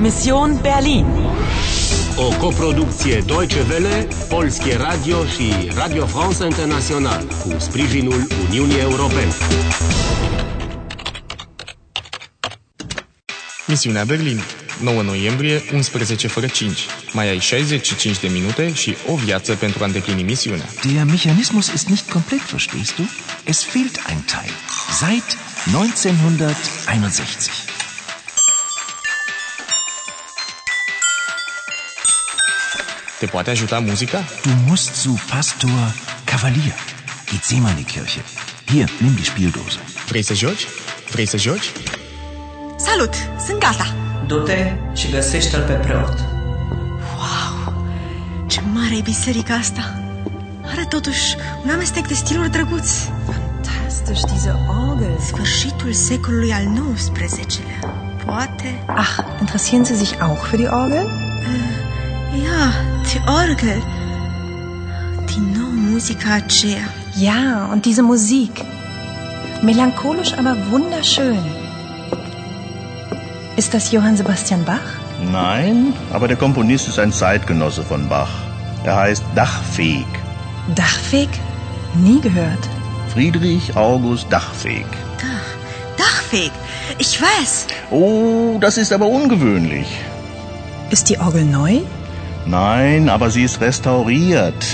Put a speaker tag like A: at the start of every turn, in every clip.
A: Mission Berlin.
B: O coproducție Deutsche Welle, Polskie Radio și Radio France International cu sprijinul Uniunii Europene.
C: Misiunea Berlin, 9 noiembrie, 11 fără 5. Mai ai 65 de minute și o viață pentru a îndeplini misiunea.
D: Der Mechanismus ist nicht komplett, verstehst du? Es fehlt ein Teil. Seit 1961.
C: Te poate ajuta muzica?
D: Du musst zu Pastor Kavalier. Die Zehmanni-Kirche. Hier, nimm die Spieldose.
C: Vrei să joci? Vrei să joci?
E: Salut! Sunt gata!
F: Du-te și găsește-l pe preot.
E: Wow! Ce mare e biserica asta! Are totuși un amestec de stiluri drăguți.
G: Fantastisch, diese Orgel.
E: Sfârșitul secolului al XIX-lea. Poate...
G: Ach, interessieren Sie sich auch für die Orgel?
E: Ia, the orgel! Din nou muzica aceea.
G: Ja, und diese Musik. Melancholisch, aber wunderschön. Ist das Johann Sebastian Bach?
H: Nein, aber der Komponist ist ein Zeitgenosse von Bach. Er heißt Dachfeg.
G: Dachfeg? Nie gehört.
H: Friedrich August Dachfeg.
E: Da, Dachweg. Ich weiß.
H: Oh, das ist aber ungewöhnlich.
G: Ist die Orgel neu?
H: Nein, aber sie ist restauriert.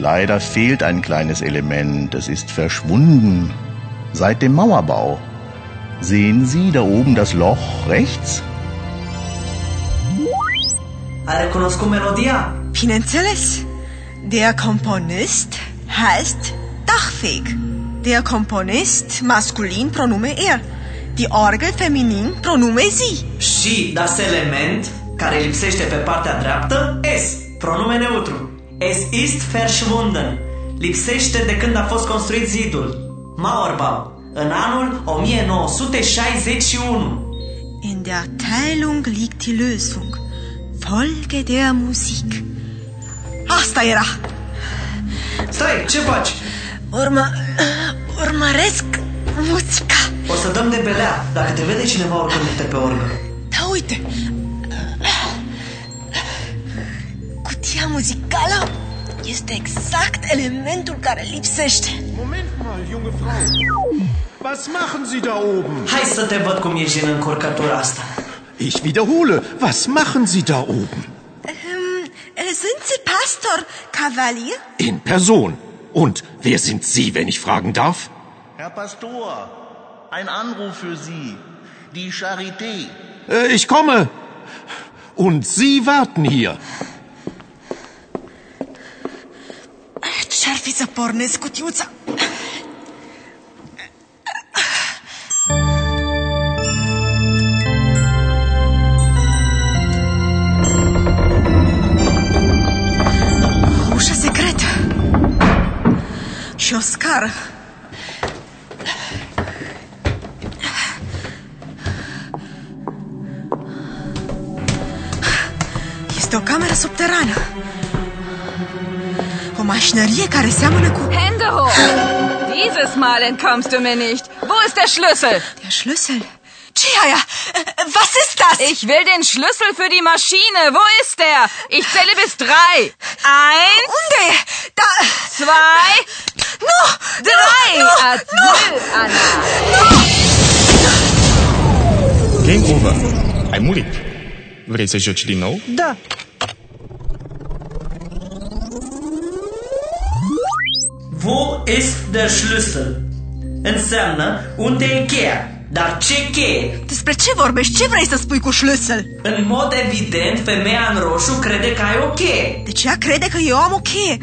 H: Leider fehlt ein kleines Element. Es ist verschwunden. Seit dem Mauerbau. Sehen Sie da oben das Loch rechts?
F: A recunoscut melodia?
E: Bineînțeles. Der Komponist heißt Dachweg. Der Komponist maskulin pronume er. Die Orgel feminin pronume sie.
F: Și das element care lipsește pe partea dreaptă, S, pronume neutru. Es ist verschwunden. Lipsește de când a fost construit zidul. Mauerbau, în anul 1961.
E: In der Teilung liegt die Lösung. Folge der Musik. Asta era.
F: Stai, ce faci?
E: Urmă, urmăresc muzica.
F: O să dăm de belea dacă te vede cineva urcându-te pe orgă.
E: Da, uite. Cutia muzicală este exact elementul care lipsește.
I: Moment mal, junge Frau. Was machen Sie da oben?
F: Hai să te văd cum ești în încurcătura asta.
I: Ich wiederhole, was machen Sie da oben?
E: Ähm, äh, sind Sie Pastor Kavalier?
I: In Person. Und wer sind Sie, wenn ich fragen darf?
H: Herr Pastor, ein Anruf für Sie. Die Charité.
I: Äh, ich komme. Und Sie warten hier.
E: Ce-ar fi să pornesc cutiuța? O ușă secretă. Și o scară. Este o cameră subterană. O mașinărie care seamănă cu...
J: Hände hoch! Dieses Mal entkommst du mir nicht. Wo ist der Schlüssel?
E: Der Schlüssel. Ce e aia? Was ist das?
J: Ich will den Schlüssel für die Maschine. Wo ist der? Ich zähle bis drei. Eins,
E: Unde e? Da...
J: zwei,
E: Nu!
J: drei.
E: Nu! Nu!
J: Adieu, Anna.
C: Game over. Ai murit. Vrei să joci din nou?
G: Da.
F: Wo ist der Schlüssel? Înseamnă unde e cheia. Dar ce cheie?
E: Despre ce vorbești? Ce vrei să spui cu șlâsel?
F: În mod evident, femeia în roșu crede că ai o cheie.
E: Deci ea crede că eu am o cheie.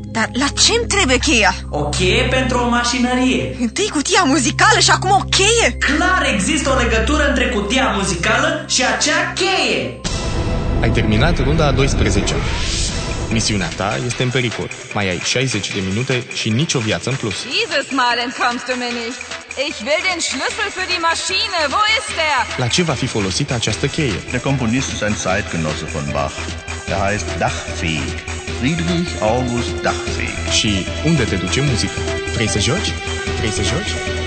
E: Dar la ce îmi trebuie cheia?
F: O cheie pentru o mașinărie.
E: Întâi cutia muzicală și acum o cheie?
F: Clar există o legătură între cutia muzicală și acea cheie.
C: Ai terminat runda a 12 Misiunea ta este în pericol. Mai ai 60 de minute și nicio viață în plus.
J: Dieses Mal entkommst du mir nicht. Ich will den Schlüssel für die Maschine. Wo ist der?
C: La ce va fi folosită această cheie?
H: Der Komponist ist ein Zeitgenosse von Bach. Er heißt Dachfeg. Friedrich August Dachfeg.
C: Și unde te duce muzica? Vrei să joci? Vrei să joci?